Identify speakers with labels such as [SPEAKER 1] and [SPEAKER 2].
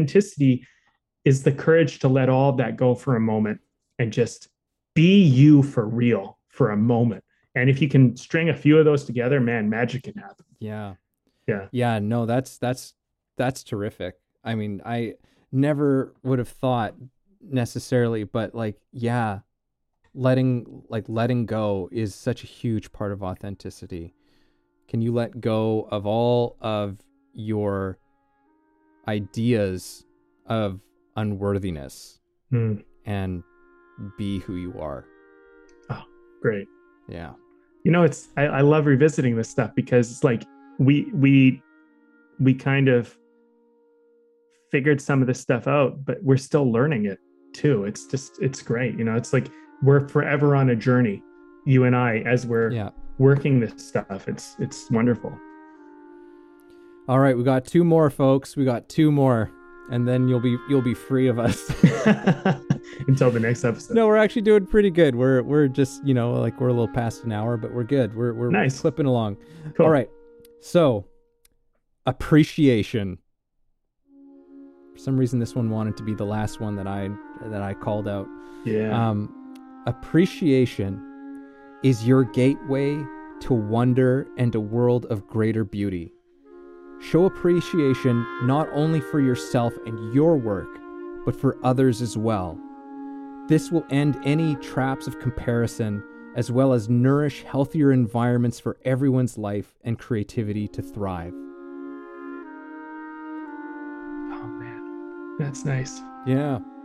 [SPEAKER 1] authenticity is the courage to let all of that go for a moment and just be you for real for a moment. And if you can string a few of those together, man, magic can happen.
[SPEAKER 2] Yeah.
[SPEAKER 1] Yeah.
[SPEAKER 2] Yeah, no, that's that's that's terrific. I mean, I never would have thought necessarily, but like yeah, letting like letting go is such a huge part of authenticity. Can you let go of all of your ideas of unworthiness
[SPEAKER 1] Mm,
[SPEAKER 2] and be who you are?
[SPEAKER 1] great.
[SPEAKER 2] Yeah.
[SPEAKER 1] you know it's I, I love revisiting this stuff because it's like we we we kind of figured some of this stuff out but we're still learning it too it's just it's great you know it's like we're forever on a journey you and i as we're
[SPEAKER 2] Yeah.
[SPEAKER 1] working this stuff it's it's wonderful
[SPEAKER 2] All right, we got two more folks. We got two more and then you'll be you'll be free of us.
[SPEAKER 1] until the next episode
[SPEAKER 2] no, we're actually doing pretty good. We're we're just, you know, like we're a little past an hour, but we're good. We're we're
[SPEAKER 1] Nice.
[SPEAKER 2] clipping along.
[SPEAKER 1] Cool.
[SPEAKER 2] All right. So, appreciation. For some reason this one wanted to be the last one that I that I called out.
[SPEAKER 1] yeah
[SPEAKER 2] Um, appreciation is your gateway to wonder and a world of greater beauty. Show appreciation not only for yourself and your work, but for others as well. This will end any traps of comparison, as well as nourish healthier environments for everyone's life and creativity to thrive.
[SPEAKER 1] oh man that's nice
[SPEAKER 2] Yeah.